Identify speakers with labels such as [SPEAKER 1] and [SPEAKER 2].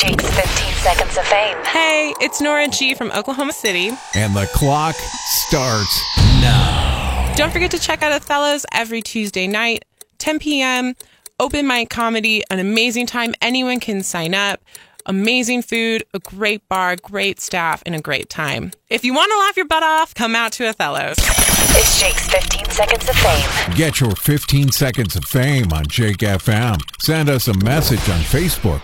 [SPEAKER 1] Jake's 15 seconds of fame.
[SPEAKER 2] Hey, it's Nora G from Oklahoma City.
[SPEAKER 3] And the clock starts now.
[SPEAKER 2] Don't forget to check out Othello's every Tuesday night, 10 p.m. Open mic comedy, an amazing time. Anyone can sign up. Amazing food, a great bar, great staff, and a great time. If you want to laugh your butt off, come out to Othello's.
[SPEAKER 1] It's Jake's 15 seconds of fame.
[SPEAKER 3] Get your 15 seconds of fame on Jake FM. Send us a message on Facebook.